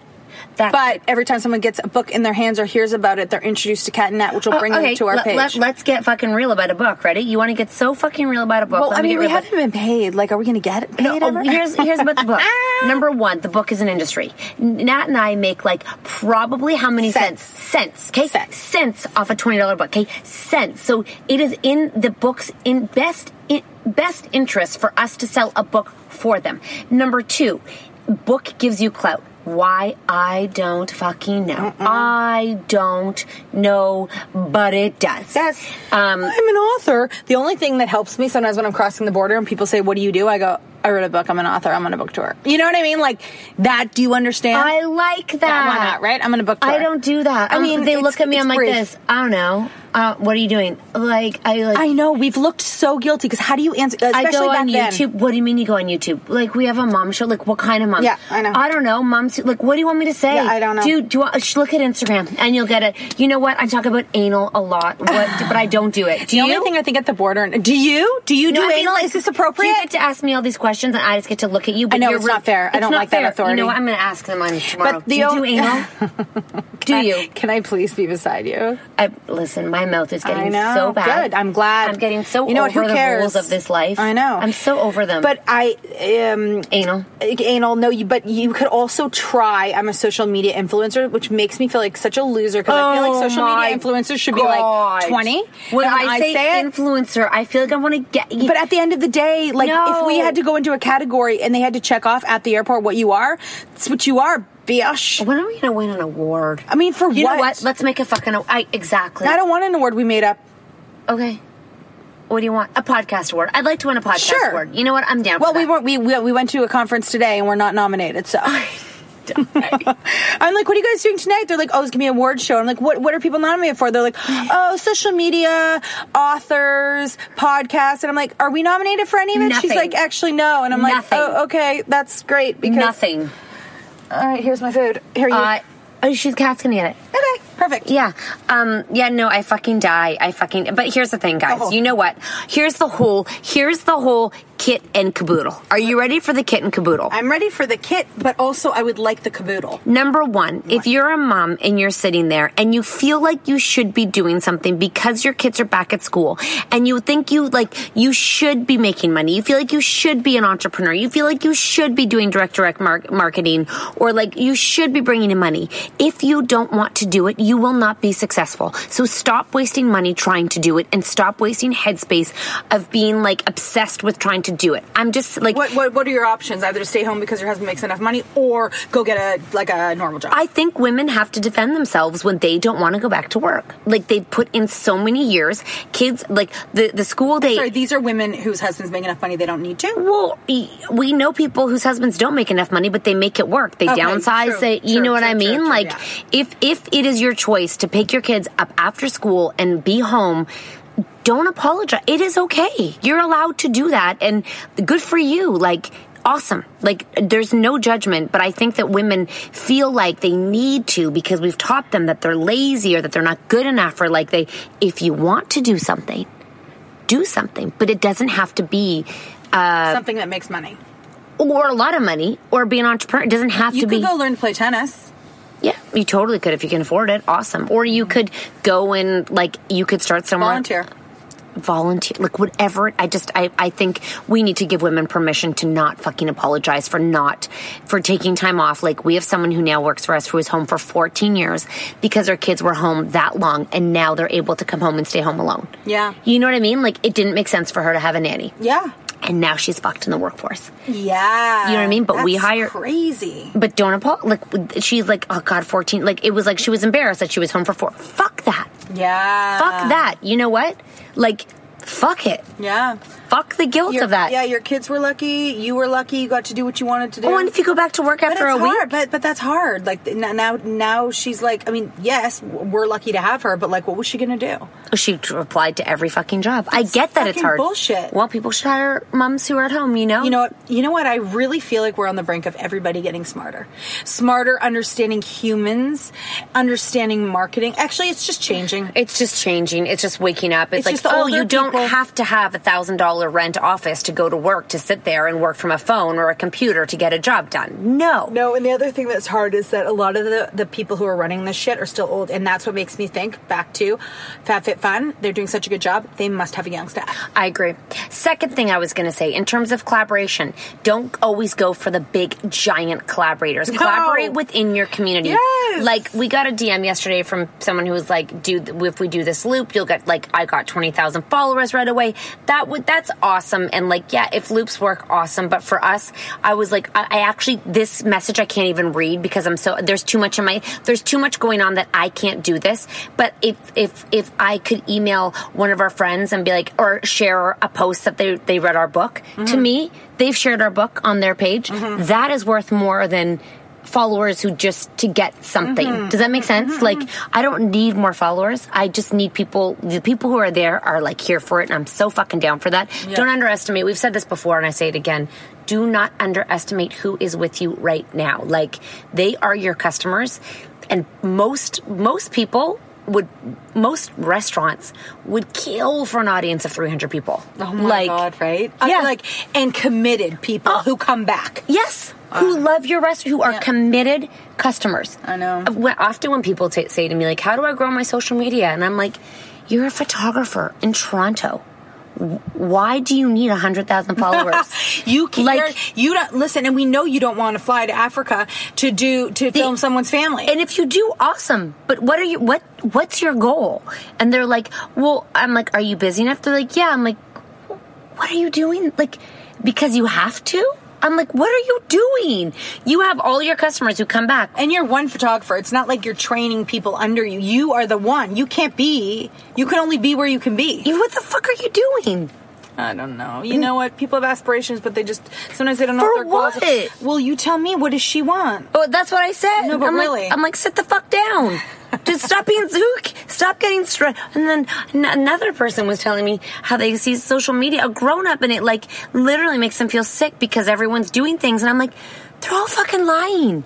Speaker 4: That,
Speaker 6: but every time someone gets a book in their hands or hears about it, they're introduced to Cat and Nat, which will
Speaker 4: Oh,
Speaker 6: bring
Speaker 4: okay,
Speaker 6: them to our
Speaker 4: let-
Speaker 6: page.
Speaker 4: Let, us get fucking real about a book. Ready? You want to get so fucking real about a book?
Speaker 6: well,
Speaker 4: let
Speaker 6: I
Speaker 4: me
Speaker 6: mean,
Speaker 4: get
Speaker 6: we
Speaker 4: real about-
Speaker 6: haven't been paid. Like, are we going to get paid?
Speaker 4: oh,
Speaker 6: ever? Ah.
Speaker 4: here's here's about the book. Number one, the book is an industry. Nat and I make like probably how many cents? Cents. Okay. Cents. off a twenty dollar book. Okay. Cents. So it is in the book's in best in, best interest for us to sell a book for them. Number two, book gives you clout. Why I don't fucking know. I don't know, but it does.
Speaker 6: Yes. Um, I'm an author. The only thing that helps me sometimes when I'm crossing the border and people say, "What do you do?" I go, "I wrote a book. I'm an author. I'm on a book tour." You know what I mean? Like that. Do you understand?
Speaker 4: I like that.
Speaker 6: why not? Right? I'm on a book tour.
Speaker 4: I don't do that.
Speaker 6: I
Speaker 4: I mean,
Speaker 6: mean,
Speaker 4: they
Speaker 6: it's-
Speaker 4: look at me.
Speaker 6: it's
Speaker 4: I'm like
Speaker 6: brief.
Speaker 4: this. I don't know. Uh, what are you doing? Like I like.
Speaker 6: I know we've looked so guilty because how do you answer? Especially
Speaker 4: I go
Speaker 6: back
Speaker 4: on
Speaker 6: then.
Speaker 4: YouTube. What do you mean you go on YouTube? Like we have a mom show. Like what kind of mom?
Speaker 6: Yeah, I know.
Speaker 4: I don't know. Mom's like, what do you want me to say?
Speaker 6: Yeah, I don't know.
Speaker 4: Dude, do I, sh- look at Instagram and you'll get it. You know what? I talk about anal a lot, what, but I don't do it. Do
Speaker 6: the
Speaker 4: you?
Speaker 6: only thing I think at the border. Do you? Do you
Speaker 4: No,
Speaker 6: do
Speaker 4: I mean,
Speaker 6: anal?
Speaker 4: like,
Speaker 6: Is this appropriate?
Speaker 4: You get to ask me all these questions, and I just get to look at you. But
Speaker 6: I know,
Speaker 4: you're
Speaker 6: it's not fair. I
Speaker 4: it's
Speaker 6: don't
Speaker 4: not
Speaker 6: like that
Speaker 4: fair. You
Speaker 6: authority.
Speaker 4: know, what? I'm going to ask them on tomorrow.
Speaker 6: But the
Speaker 4: do you
Speaker 6: o-
Speaker 4: do anal? do
Speaker 6: Can I-
Speaker 4: you?
Speaker 6: Can I please be beside you?
Speaker 4: I, listen, my mouth is
Speaker 6: I
Speaker 4: getting
Speaker 6: know.
Speaker 4: so bad.
Speaker 6: Good. I'm glad.
Speaker 4: I'm getting so
Speaker 6: You know what?
Speaker 4: over
Speaker 6: Who
Speaker 4: the
Speaker 6: cares?
Speaker 4: rules of this life.
Speaker 6: I know.
Speaker 4: I'm so over them.
Speaker 6: But I um
Speaker 4: anal.
Speaker 6: Anal, no, you but you could also try. I'm a social media influencer, which makes me feel like such a loser because I feel
Speaker 4: Oh
Speaker 6: like social
Speaker 4: my
Speaker 6: media influencers should
Speaker 4: God.
Speaker 6: be like 20.
Speaker 4: When
Speaker 6: And
Speaker 4: I, say influencer, I feel like I want to get.
Speaker 6: But at the end of the day, like if we
Speaker 4: No.
Speaker 6: had to go into a category and they had to check off at the airport what you are, it's what you are, bish.
Speaker 4: When are we gonna win an award?
Speaker 6: I mean, for
Speaker 4: you
Speaker 6: what?
Speaker 4: know what? Let's make a fucking. I, exactly.
Speaker 6: I don't want an award we made up.
Speaker 4: Okay. What do you want? A podcast award. I'd like to win a podcast
Speaker 6: Sure.
Speaker 4: award. You know what? I'm down.
Speaker 6: Well,
Speaker 4: for that.
Speaker 6: we weren't. We, we we went to a conference today and we're not nominated. So I'm like, what are you guys doing tonight? They're like, oh, it's gonna be an award show. I'm like, what what are people nominated for? They're like, oh, social media, authors, podcasts. And I'm like, are we nominated for any of it? She's
Speaker 4: Nothing.
Speaker 6: like, actually, no. And I'm like,
Speaker 4: Nothing.
Speaker 6: oh, okay, that's great because
Speaker 4: nothing.
Speaker 6: All right, here's my food. Here you.
Speaker 4: Uh, oh, she's Cat's gonna get it.
Speaker 6: Okay, perfect.
Speaker 4: Yeah, um, yeah. No, I fucking die. I fucking. But here's the thing, guys. You know what? Here's the whole. Here's the whole kit and caboodle. Are you ready for the kit and caboodle?
Speaker 6: I'm ready for the kit, but also I would like the caboodle.
Speaker 4: Number one, if you're a mom and you're sitting there and you feel like you should be doing something because your kids are back at school and you think you like you should be making money, you feel like you should be an entrepreneur, you feel like you should be doing direct direct mar- marketing or like you should be bringing in money. If you don't want to do it, you will not be successful. So stop wasting money trying to do it and stop wasting headspace of being like obsessed with trying to to do it. I'm just like
Speaker 6: what, what what are your options? Either to stay home because your husband makes enough money or go get a like a normal job.
Speaker 4: I think women have to defend themselves when they don't want to go back to work. Like they put in so many years. Kids like the the school day.
Speaker 6: Sorry, these are women whose husbands make enough money they don't need to.
Speaker 4: Well, e- we know people whose husbands don't make enough money, but they make it work. They
Speaker 6: Okay,
Speaker 4: downsize.
Speaker 6: true,
Speaker 4: they, you
Speaker 6: true,
Speaker 4: know what
Speaker 6: true,
Speaker 4: I
Speaker 6: true,
Speaker 4: mean?
Speaker 6: true,
Speaker 4: like if if it is your choice to pick your kids up after school and be home. Don't apologize. It is okay. You're allowed to do that, and good for you. Like awesome. Like there's no judgment, but I think that women feel like they need to because we've taught them that they're lazy or that they're not good enough or like they if you want to do something, do something, but it doesn't have to be uh,
Speaker 6: Something that makes money.
Speaker 4: or a lot of money or be an entrepreneur. It doesn't have
Speaker 6: You
Speaker 4: to
Speaker 6: could
Speaker 4: be.
Speaker 6: go learn to play tennis.
Speaker 4: yeah, you totally could if you can afford it. Awesome. Or you could go and like you could start somewhere.
Speaker 6: Volunteer.
Speaker 4: Volunteer, like whatever. I just, I, I think we need to give women permission to not fucking apologize for not, for taking time off. Like, we have someone who now works for us who was home for 14 years because her kids were home that long and now they're able to come home and stay home alone.
Speaker 6: Yeah.
Speaker 4: You know what I mean? Like, it didn't make sense for her to have a nanny.
Speaker 6: Yeah.
Speaker 4: And now she's fucked in the workforce.
Speaker 6: Yeah.
Speaker 4: You know what I mean? But we
Speaker 6: That's
Speaker 4: hire-
Speaker 6: Ah, crazy.
Speaker 4: But don't apologize. Like she's like, oh god, fourteen. Like it was like she was embarrassed that she was home for four. Fuck that.
Speaker 6: Yeah.
Speaker 4: Fuck that. You know what? Like, fuck it.
Speaker 6: Yeah.
Speaker 4: Fuck the guilt
Speaker 6: Your-
Speaker 4: of that.
Speaker 6: Yeah, your kids were lucky. You were lucky. You got to do what you wanted to do.
Speaker 4: Oh, and if you go back to work
Speaker 6: But
Speaker 4: after
Speaker 6: it's
Speaker 4: a week-
Speaker 6: hard, but but that's hard. Like th- now, now, now she's like, I mean, yes, w- we're lucky to have her, but like, what was she gonna do?
Speaker 4: oh, She applied to every fucking job. I get that it's
Speaker 6: fucking
Speaker 4: hard.
Speaker 6: bullshit.
Speaker 4: Well, people should hire moms who are at home. You know.
Speaker 6: You know what? You know what? I really feel like we're on the brink of everybody getting smarter, smarter, understanding humans, understanding marketing. Actually, it's just changing.
Speaker 4: It's just changing. It's just waking up. It's,
Speaker 6: It's just
Speaker 4: like,
Speaker 6: the
Speaker 4: oh,
Speaker 6: older
Speaker 4: you don't
Speaker 6: people-
Speaker 4: have to have a thousand dollar rent office to go to work to sit there and work from a phone or a computer to get a job done. No.
Speaker 6: No, and the other thing that's hard is that a lot of the, the people who are running this shit are still old, and that's what makes me think back to FabFitFun. They're doing such a good job; they must have a young staff.
Speaker 4: I agree. Second thing I was going to say, in terms of collaboration, don't always go for the big, giant collaborators.
Speaker 6: No.
Speaker 4: Collaborate within your community.
Speaker 6: Yes.
Speaker 4: Like, we got a DM yesterday from someone who was like, dude, if we do this loop, you'll get, like, I got 20,000 followers right away. That would, that's awesome. And, like, yeah, if loops work, awesome. But for us, I was like, I, I actually, this message I can't even read because I'm so, there's too much in my, there's too much going on that I can't do this. But if, if, if I could email one of our friends and be like, or share a post that they, they read our book, to
Speaker 7: Mhm.
Speaker 4: me, they've shared our book on their page.
Speaker 7: Mhm.
Speaker 4: That is worth more than followers who just to get something.
Speaker 6: Mm-hmm.
Speaker 7: Mhm.
Speaker 4: Does that make sense? Like, I don't need more followers. I just need people, the people who are there are like here for it, and I'm so fucking down for that.
Speaker 7: Yeah.
Speaker 4: Don't underestimate, we've said this before, and I say it again. Do not underestimate who is with you right now. Like, they are your customers, and most, most people would most restaurants would kill for an audience of 300 people
Speaker 6: Oh my god! Right? I feel like and committed people who come back.
Speaker 4: Yes, who love your restaurant, who are committed customers.
Speaker 6: I know.
Speaker 4: When, often when people t- say to me, like, how do I grow my social media? And I'm like, you're a photographer in Toronto. W- Why do you need 100,000 followers?
Speaker 6: you can like you don't listen, and we know you don't want to fly to Africa to do to film someone's family.
Speaker 4: and if you do, awesome. But what are you, what, what's your goal? And they're like, well, I'm like, are you busy enough? They're like, yeah. I'm like, what are you doing? Like, because you have to? I'm like, what are you doing? You have all your customers who come back.
Speaker 6: And you're one photographer. It's not like you're training people under you. You are the one. You can't be. You can only be where you can be.
Speaker 4: What the fuck are you doing?
Speaker 6: I don't know. You know what? People have aspirations, but they just sometimes they don't know
Speaker 4: For
Speaker 6: what their goals.
Speaker 4: what?
Speaker 6: Well, you tell me. What does she want?
Speaker 4: Oh, that's what I said.
Speaker 6: No, but
Speaker 4: I'm
Speaker 6: really,
Speaker 4: Like, I'm like, sit the fuck down. Just stop being zook. Stop getting stressed. And then n- another person was telling me how they see social media, a grown up, and it like literally makes them feel sick because everyone's doing things. And I'm like, they're all fucking lying.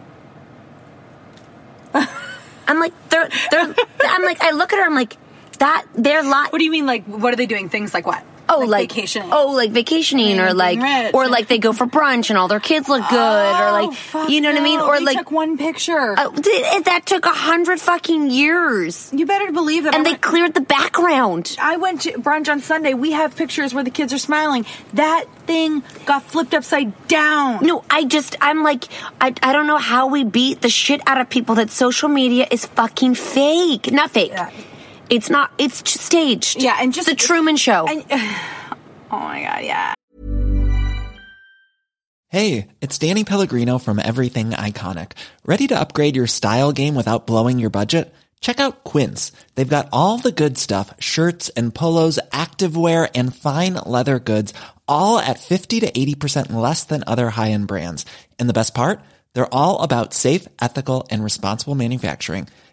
Speaker 4: I'm like, they're, they're, I'm like, I look at her, I'm like, that, they're lying.
Speaker 6: What do you mean, like, what are they doing? Things like what?
Speaker 4: Oh, like, vacationing. Oh, like vacationing, or
Speaker 6: Being
Speaker 4: like,
Speaker 6: rich. Oh,
Speaker 4: or like they go for brunch and all their kids look good, or like, you know what I mean,
Speaker 6: no,
Speaker 4: or
Speaker 6: they
Speaker 4: like
Speaker 6: took one picture.
Speaker 4: Uh, th- that took a hundred fucking years.
Speaker 6: You better believe that.
Speaker 4: And they cleared the background.
Speaker 6: I went to brunch on Sunday. We have pictures where the kids are smiling. That thing got flipped upside down.
Speaker 4: No, I just, I'm like, I, I don't know how we beat the shit out of people that social media is fucking fake. Not fake. It's not, it's just staged. Yeah, and just the Truman Show.
Speaker 6: oh my God, yeah.
Speaker 9: Hey, it's Danny Pellegrino from Everything Iconic. Ready to upgrade your style game without blowing your budget? Check out Quince. They've got all the good stuff shirts and polos, activewear, and fine leather goods, all at 50 to 80% less than other high end brands. And the best part? They're all about safe, ethical, and responsible manufacturing.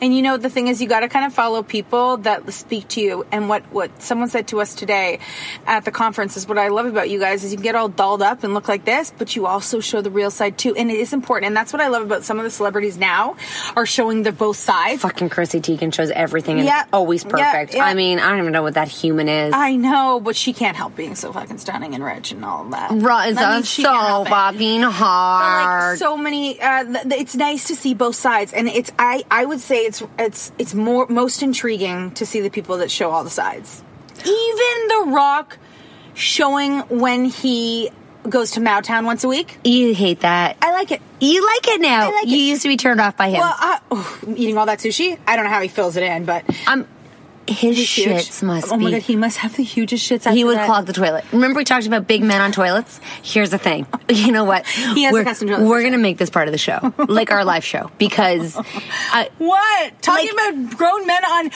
Speaker 6: And you know the thing is, you got to kind of follow people that speak to you. And what what someone said to us today at the conference is what I love about you guys is you can get all dolled up and look like this, but you also show the real side too. And it is important. And that's what I love about some of the celebrities now are showing their both sides.
Speaker 4: Fucking Chrissy Teigen shows everything and
Speaker 6: Yeah.
Speaker 4: it's always
Speaker 6: Yeah,
Speaker 4: perfect.
Speaker 6: yeah.
Speaker 4: I mean, I don't even know what that human is.
Speaker 6: I know, but she can't help being so fucking stunning and rich and all that.
Speaker 4: Right, it's
Speaker 6: I mean,
Speaker 4: uh,
Speaker 6: she
Speaker 4: so
Speaker 6: can't help it.
Speaker 4: fucking
Speaker 6: But
Speaker 4: hard.
Speaker 6: like so many, uh, th- th- it's nice to see both sides, and it's I I would say it's it's it's more most intriguing to see the people that show all the sides. Even The Rock showing when he goes to Mowtown once a week.
Speaker 4: You hate that.
Speaker 6: I like it.
Speaker 4: You like it now. you used to be turned off by him.
Speaker 6: Well, I, oh, eating all that sushi, I don't know how he fills it in, but
Speaker 4: I'm his
Speaker 6: huge.
Speaker 4: shits must
Speaker 6: Oh my
Speaker 4: be-
Speaker 6: god, he must have the hugest shits. After
Speaker 4: he would
Speaker 6: that.
Speaker 4: clog the toilet. Remember we talked about big men on toilets? Here's the thing. You know what? He
Speaker 6: has a
Speaker 4: we're,
Speaker 6: custom toilet
Speaker 4: We're going to make this part of the show, like our live show, because uh, I,
Speaker 6: What? Talking about grown men on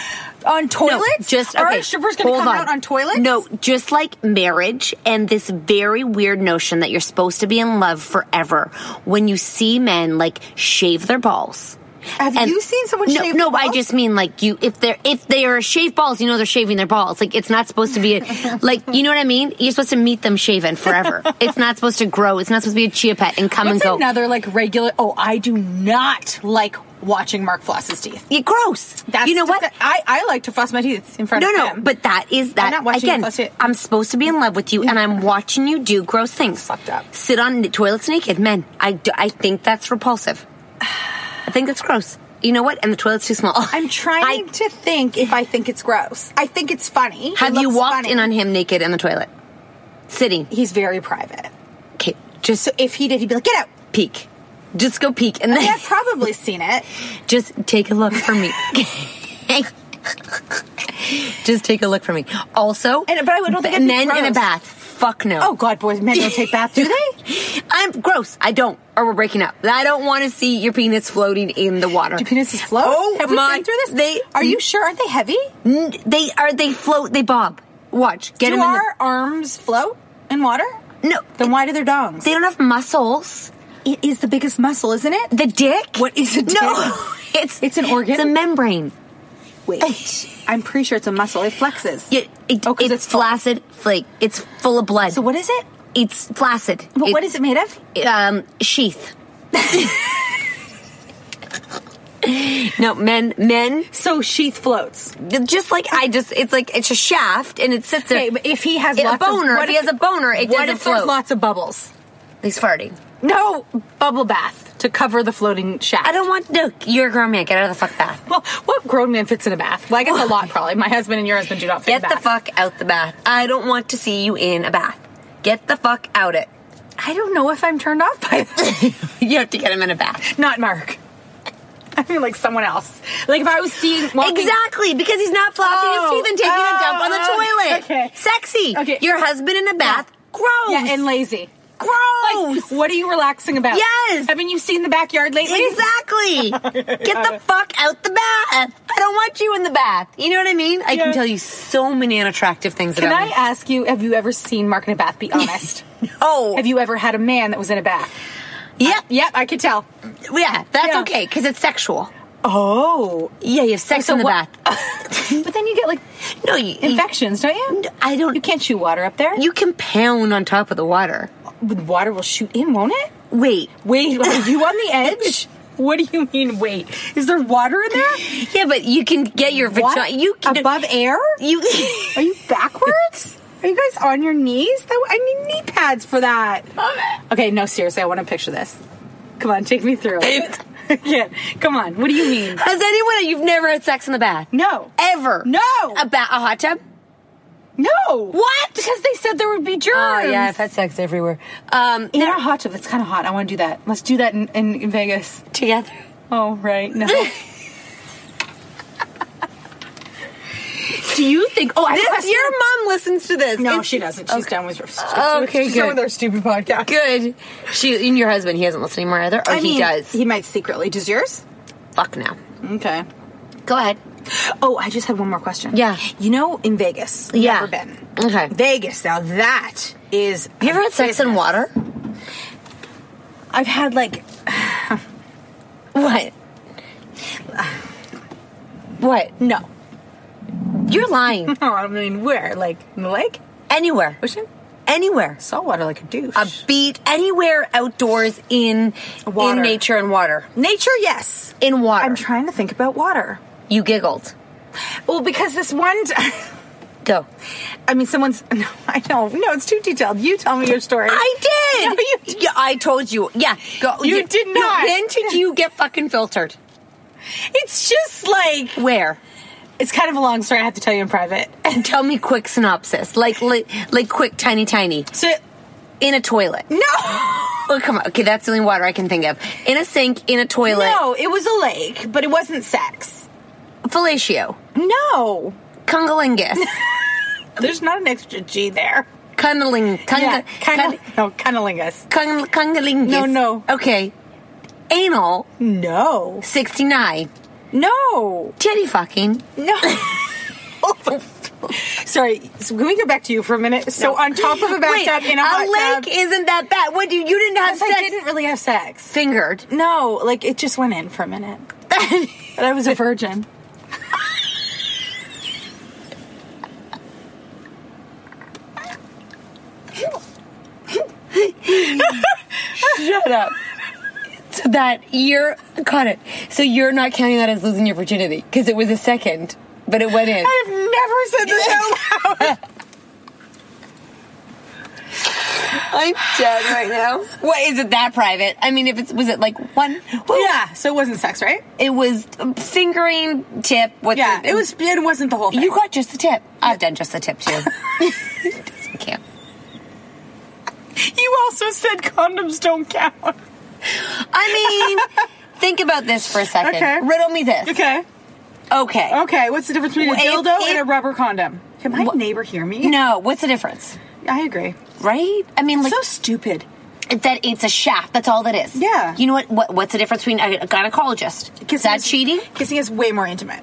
Speaker 6: on
Speaker 4: No,
Speaker 6: toilets?
Speaker 4: just okay.
Speaker 6: Are strippers gonna
Speaker 4: hold
Speaker 6: come out on toilets?
Speaker 4: No, just like marriage and this very weird notion that you're supposed to be in love forever. When you see men like shave their balls.
Speaker 6: Have you seen someone
Speaker 4: no,
Speaker 6: shave
Speaker 4: No,
Speaker 6: their
Speaker 4: I just mean like you. If they're if they are shaved balls, you know they're shaving their balls. Like it's not supposed to be a, like you know what I mean. You're supposed to meet them shaven forever. it's not supposed to grow. It's not supposed to be a chia pet and come
Speaker 6: What's
Speaker 4: and go.
Speaker 6: another like regular? Oh, I do not like watching Mark floss his teeth.
Speaker 4: Yeah, gross.
Speaker 6: That's
Speaker 4: You know what?
Speaker 6: disgu- I, I like to floss my teeth in front
Speaker 4: no,
Speaker 6: of
Speaker 4: no,
Speaker 6: him.
Speaker 4: but that is that
Speaker 6: I'm not watching you
Speaker 4: again.
Speaker 6: fuss it.
Speaker 4: I'm supposed to be in love with you, and I'm watching you do gross things. Fucked up. Sit on the toilets naked, men. I do- I think that's repulsive. I think that's gross. You know what? And the toilet's too small.
Speaker 6: I'm trying to think if I think it's gross. I think it's funny. It
Speaker 4: Have you
Speaker 6: looks
Speaker 4: walked
Speaker 6: funny.
Speaker 4: in on him naked in the toilet, sitting?
Speaker 6: He's very private.
Speaker 4: Okay, just so
Speaker 6: if he did, he'd be like, "Get out,
Speaker 4: peek, just go peek," and
Speaker 6: I
Speaker 4: then
Speaker 6: mean, I've probably seen it.
Speaker 4: just take a look for me. just take a look for me. Also, and,
Speaker 6: but I don't think it'd be
Speaker 4: men in a
Speaker 6: gross.
Speaker 4: bath. Fuck no.
Speaker 6: Oh God, boys, men don't take baths, do they?
Speaker 4: I'm gross. I don't. Or we're breaking up. I don't want to see your penis floating in the water. Your
Speaker 6: penis is floating.
Speaker 4: Oh
Speaker 6: Have we
Speaker 4: my!
Speaker 6: been through this?
Speaker 4: They
Speaker 6: Are you sure? Aren't they heavy?
Speaker 4: They are. They float. They bob. Watch. Get
Speaker 6: do
Speaker 4: them in
Speaker 6: our
Speaker 4: the-
Speaker 6: arms float in water?
Speaker 4: No.
Speaker 6: Then why do their dongs?
Speaker 4: They don't have muscles.
Speaker 6: It is the biggest muscle, isn't it?
Speaker 4: The dick.
Speaker 6: What is a dick?
Speaker 4: No, it's
Speaker 6: it's an organ. It's a
Speaker 4: membrane.
Speaker 6: Wait, I'm pretty sure it's a muscle. It flexes.
Speaker 4: Yeah, it, Oh, it's, flaccid. Like it's full of blood. So
Speaker 6: what is it?
Speaker 4: It's flaccid.
Speaker 6: But what is it made of?
Speaker 4: Um, sheath. no, men, men.
Speaker 6: So sheath floats.
Speaker 4: Just like I just, it's like it's a shaft and it sits there.
Speaker 6: Okay, but if he has
Speaker 4: It-
Speaker 6: lots
Speaker 4: a
Speaker 6: of-
Speaker 4: boner,
Speaker 6: what
Speaker 4: if he
Speaker 6: if-
Speaker 4: has a boner, it
Speaker 6: what
Speaker 4: doesn't
Speaker 6: if there's
Speaker 4: float.
Speaker 6: lots of bubbles?
Speaker 4: He's farting.
Speaker 6: No bubble bath to cover the floating shaft. I
Speaker 4: don't want. No, you're a grown man. Get out of the fuck bath.
Speaker 6: Well, what grown man fits in a bath? Well, I guess a lot probably. My husband and your husband do not fit
Speaker 4: Get
Speaker 6: in
Speaker 4: the
Speaker 6: baths.
Speaker 4: fuck out the bath. I don't want to see you in a bath. Get the fuck out it.
Speaker 6: I don't know if I'm turned off by that.
Speaker 4: you have to get him in a bath.
Speaker 6: Not Mark. I mean, like someone else. Like if I was seeing walking-
Speaker 4: Exactly, because he's not flossing his teeth and taking a dump on the
Speaker 6: oh,
Speaker 4: toilet.
Speaker 6: Okay.
Speaker 4: Sexy. Your husband in a bath. Gross.
Speaker 6: Yeah, and lazy. gross. what are you relaxing about?
Speaker 10: Yes.
Speaker 6: Haven't you seen the backyard lately?
Speaker 10: Exactly. Get the
Speaker 4: fuck out the bath. I don't want you in the bath. You know what I mean? I
Speaker 6: Yeah.
Speaker 4: can tell you so many unattractive things
Speaker 6: Can
Speaker 4: about
Speaker 6: I
Speaker 4: me.
Speaker 6: ask you, have you ever seen Mark in a bath? Be honest. oh. Have you ever had a man that was in a bath?
Speaker 4: Yep.
Speaker 6: yep, I could tell.
Speaker 4: Yeah, that's okay because it's sexual.
Speaker 6: Oh.
Speaker 4: Yeah, you have sex
Speaker 6: So
Speaker 4: in the
Speaker 6: what-
Speaker 4: bath.
Speaker 6: but then you get like
Speaker 4: no you,
Speaker 6: infections, don't you?
Speaker 4: I don't.
Speaker 6: You can't shoot water up there.
Speaker 4: You compound on top of the water.
Speaker 6: Water will shoot in, won't it?
Speaker 4: Wait,
Speaker 6: wait. Are you on the edge? What do you mean? Wait, is there water in there?
Speaker 4: Yeah, but you can get your
Speaker 6: What?
Speaker 4: vagina. You can
Speaker 6: above air.
Speaker 4: You
Speaker 6: are you backwards? Are you guys on your knees? That- I need knee pads for that. Okay, no, seriously, I want to picture this. Come on, take me through. it. yeah, come on. What do you mean?
Speaker 4: Has anyone you've never had sex in the bath?
Speaker 6: No, Uh,
Speaker 4: ever.
Speaker 6: No,
Speaker 4: a ba- a hot tub.
Speaker 6: No.
Speaker 4: What?
Speaker 6: Because they said there would be germs.
Speaker 4: Oh yeah, I've had sex everywhere. Um,
Speaker 6: in a hot tub, it's kind of hot. I want to do that. Let's do that in, in, in Vegas
Speaker 4: together.
Speaker 6: Oh right, no.
Speaker 4: Do you think? Oh, I
Speaker 6: This-
Speaker 4: have
Speaker 6: your
Speaker 4: mom listens to this.
Speaker 6: No, she doesn't. She's done with her.
Speaker 4: Okay,
Speaker 6: she's
Speaker 4: good.
Speaker 6: done with her stupid podcast.
Speaker 4: Good. She and your husband. He hasn't listened anymore either. Or
Speaker 6: I
Speaker 4: Oh, he
Speaker 6: mean,
Speaker 4: does.
Speaker 6: He might secretly. Does yours?
Speaker 4: Fuck now.
Speaker 6: Okay.
Speaker 4: Go ahead.
Speaker 6: Oh, I just had one more question.
Speaker 4: Yeah.
Speaker 6: You know, in Vegas.
Speaker 4: Yeah.
Speaker 6: Never been.
Speaker 4: Okay.
Speaker 6: Vegas. Now that is.
Speaker 4: Have you ever had sex in water?
Speaker 6: I've had like.
Speaker 4: What? What?
Speaker 6: No.
Speaker 4: You're lying.
Speaker 6: No, I mean where? Like in the lake?
Speaker 4: Anywhere.
Speaker 6: Ocean?
Speaker 4: Anywhere.
Speaker 6: Saltwater, like a douche.
Speaker 4: A beach. Anywhere outdoors in
Speaker 6: Water.
Speaker 4: in nature and water.
Speaker 6: Nature, yes.
Speaker 4: In water.
Speaker 6: I'm trying to think about water.
Speaker 4: You giggled.
Speaker 6: Well, because this one. T-
Speaker 4: Go.
Speaker 6: I mean, someone's. No, I know. No, it's too detailed. You tell me your story.
Speaker 4: I did. Yeah, I told you. Yeah. Go.
Speaker 6: You did not.
Speaker 4: When did you get fucking filtered?
Speaker 6: It's just like
Speaker 4: where.
Speaker 6: It's kind of a long story. I have to tell you in private.
Speaker 4: Tell me quick synopsis, like like, like quick, tiny, tiny.
Speaker 6: So,
Speaker 4: in a toilet.
Speaker 6: No.
Speaker 4: Oh come on. Okay, that's the only water I can think of. In a sink, in a toilet.
Speaker 6: No, it was a lake, but it wasn't sex.
Speaker 4: Fellatio.
Speaker 6: No.
Speaker 4: Cunnilingus.
Speaker 6: There's not an extra G there.
Speaker 4: Cunniling. Cunga,
Speaker 6: Yeah,
Speaker 4: cun-
Speaker 6: cunni- no, cunnilingus.
Speaker 4: Cun- cunnilingus.
Speaker 6: No, no.
Speaker 4: Okay. Anal.
Speaker 6: No.
Speaker 4: 69.
Speaker 6: No.
Speaker 4: Titty fucking.
Speaker 6: No. Sorry, so can we go back to you for a minute? So on top of a
Speaker 4: Wait,
Speaker 6: bathtub in a, hot
Speaker 4: lake
Speaker 6: tub-
Speaker 4: isn't that bad. What do you, you didn't have
Speaker 6: Yes,
Speaker 4: sex?
Speaker 6: I didn't really have sex.
Speaker 4: Fingered.
Speaker 6: No, like it just went in for a minute. but I was a virgin.
Speaker 4: Shut up. So that you're caught it. So you're not counting that as losing your virginity because it was a second, but it went in.
Speaker 6: I've never said this out loud.
Speaker 4: I'm dead right now. What is it that private? I mean, if it's was it like one?
Speaker 6: yeah, so it wasn't sex, right?
Speaker 4: It was fingering tip. What's
Speaker 6: Yeah, it was. It wasn't the whole thing.
Speaker 4: You got just the tip. I've done just the tip too. Doesn't count.
Speaker 6: You also said condoms don't count.
Speaker 4: I mean, think about this for a second.
Speaker 6: Okay. Oh.
Speaker 4: Riddle me this.
Speaker 6: Okay.
Speaker 4: Okay.
Speaker 6: Okay. What's the difference between a
Speaker 4: Well, if
Speaker 6: dildo
Speaker 4: it-
Speaker 6: and a rubber condom? Can my
Speaker 4: Wha-
Speaker 6: neighbor hear me?
Speaker 4: No. What's the difference?
Speaker 6: I agree.
Speaker 4: Right? I mean, like
Speaker 6: so stupid.
Speaker 4: that it's a shaft. That's all that is.
Speaker 6: Yeah.
Speaker 4: You know what? what what's the difference between a, a gynecologist? Is that cheating?
Speaker 6: Kissing is way more intimate.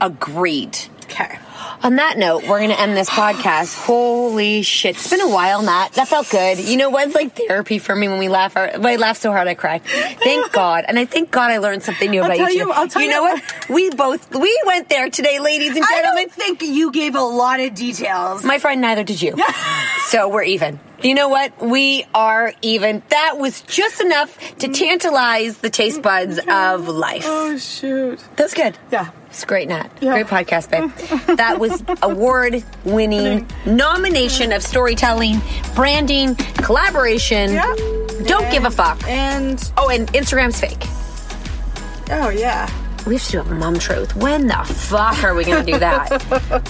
Speaker 4: Agreed.
Speaker 6: Okay.
Speaker 4: On that note, we're going to end this podcast. Holy shit. It's been a while, Nat. That felt good. You know what? It's like therapy for me when we laugh. Or, when I laugh so hard, I cry. Thank God. And I thank God I learned something new
Speaker 6: I'll
Speaker 4: about
Speaker 6: tell
Speaker 4: you. two.
Speaker 6: you- I'll tell
Speaker 4: you
Speaker 6: you-
Speaker 4: know what? We both, we went there today, ladies and
Speaker 6: I
Speaker 4: gentlemen.
Speaker 6: don't think you gave a lot of details.
Speaker 4: My friend, neither did you. so we're even. You know what? We are even. That was just enough to tantalize the taste buds of life.
Speaker 6: oh shoot.
Speaker 4: That's good.
Speaker 6: Yeah.
Speaker 4: It's great, Nat.
Speaker 6: Yeah.
Speaker 4: Great podcast, babe. that was award winning nomination of storytelling, branding, collaboration.
Speaker 6: Yeah.
Speaker 4: Don't give a fuck.
Speaker 6: And
Speaker 4: Oh, and Instagram's fake.
Speaker 6: oh yeah.
Speaker 4: We have to do a mom truth. When the fuck are we going to do that?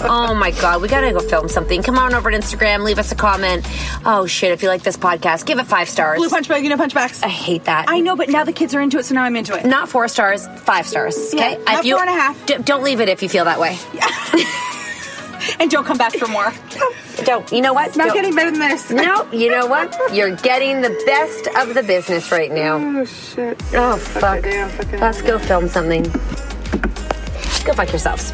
Speaker 4: oh my God, we got to go film something. Come on over to Instagram, leave us a comment. Oh shit, if you like this podcast, give it five stars.
Speaker 6: Blue punch bag, you know punch bags.
Speaker 4: I hate that.
Speaker 6: I know, but now the kids are into it, so now I'm into it.
Speaker 4: Not four stars, five stars. Okay?
Speaker 6: Yeah, not
Speaker 4: If you-
Speaker 6: four and a half.
Speaker 4: D- don't leave it if you feel that way.
Speaker 11: and don't come back for more.
Speaker 4: Don't. You know what?
Speaker 11: not
Speaker 4: Don't.
Speaker 11: getting better than this.
Speaker 4: No, you know what? You're getting the best of the business right now. Oh shit. Oh fuck. Let's go film something. Go fuck yourselves.